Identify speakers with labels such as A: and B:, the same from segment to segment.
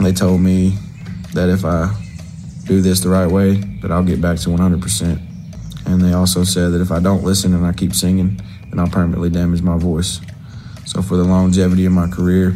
A: They told me that if I do this the right way, that I'll get back to 100%. And they also said that if I don't listen and I keep singing, then I'll permanently damage my voice. So for the longevity of my career,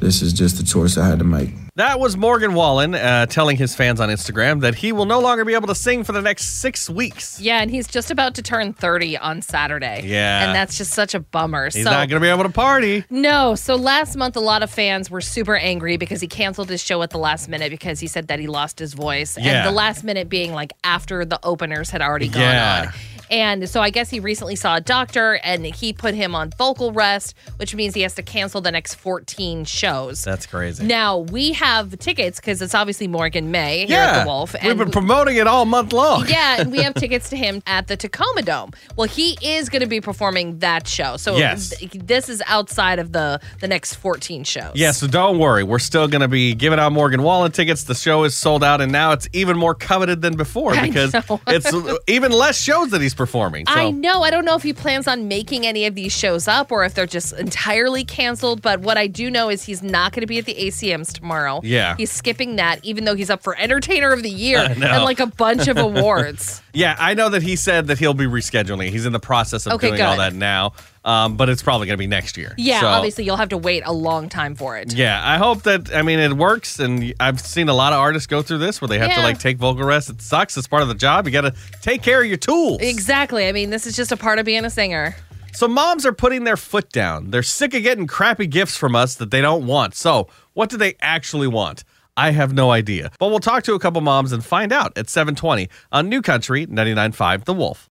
A: this is just the choice I had to make.
B: That was Morgan Wallen uh, telling his fans on Instagram that he will no longer be able to sing for the next six weeks.
C: Yeah, and he's just about to turn 30 on Saturday.
B: Yeah.
C: And that's just such a bummer.
B: He's
C: so
B: not going to be able to party.
C: No, so last month a lot of fans were super angry because he canceled his show at the last minute because he said that he lost his voice.
B: Yeah.
C: And the last minute being like after the openers had already gone
B: Yeah.
C: on. And so I guess he recently saw a doctor and he put him on vocal rest, which means he has to cancel the next 14 shows.
B: That's crazy.
C: now we have tickets because it's obviously Morgan May here at
B: yeah.
C: the Wolf.
B: We've been
C: we-
B: promoting it all month long.
C: yeah, and we have tickets to him at the Tacoma Dome. Well, he is going to be performing that show. So
B: Yes.
C: th- this is outside of the the next 14 shows.
B: Yeah, so don't worry. We're still going to be giving out Morgan Wallen tickets. The show is sold out, and now it's even more coveted than before
C: I
B: because
C: know.
B: it's even less shows that he's performing. So.
C: I know. I don't know if he plans on making any of these shows up or if they're just entirely canceled. But what I do know is he's not going to be at the ACMs tomorrow.
B: Yeah.
C: He's skipping that, even though he's up for Entertainer of the Year
B: know.
C: and like a bunch of awards.
B: Yeah, I know that he said that he'll be rescheduling. He's in the process of
C: Okay,
B: doing all
C: good.
B: that now, um, but it's probably going to be next year.
C: Yeah,
B: So,
C: obviously, you'll have to wait a long time for it.
B: Yeah, I hope that, I mean, it works. And I've seen a lot of artists go through this where they have to
C: Yeah.
B: like take vocal rest. It sucks. It's part of the job. You got to take care of your tools.
C: Exactly. I mean, this is just a part of being a singer.
B: So moms are putting their foot down. They're sick of getting crappy gifts from us that they don't want. So, what do they actually want? I have no idea. But we'll talk to a couple moms and find out at 720 on New Country 99.5 The Wolf.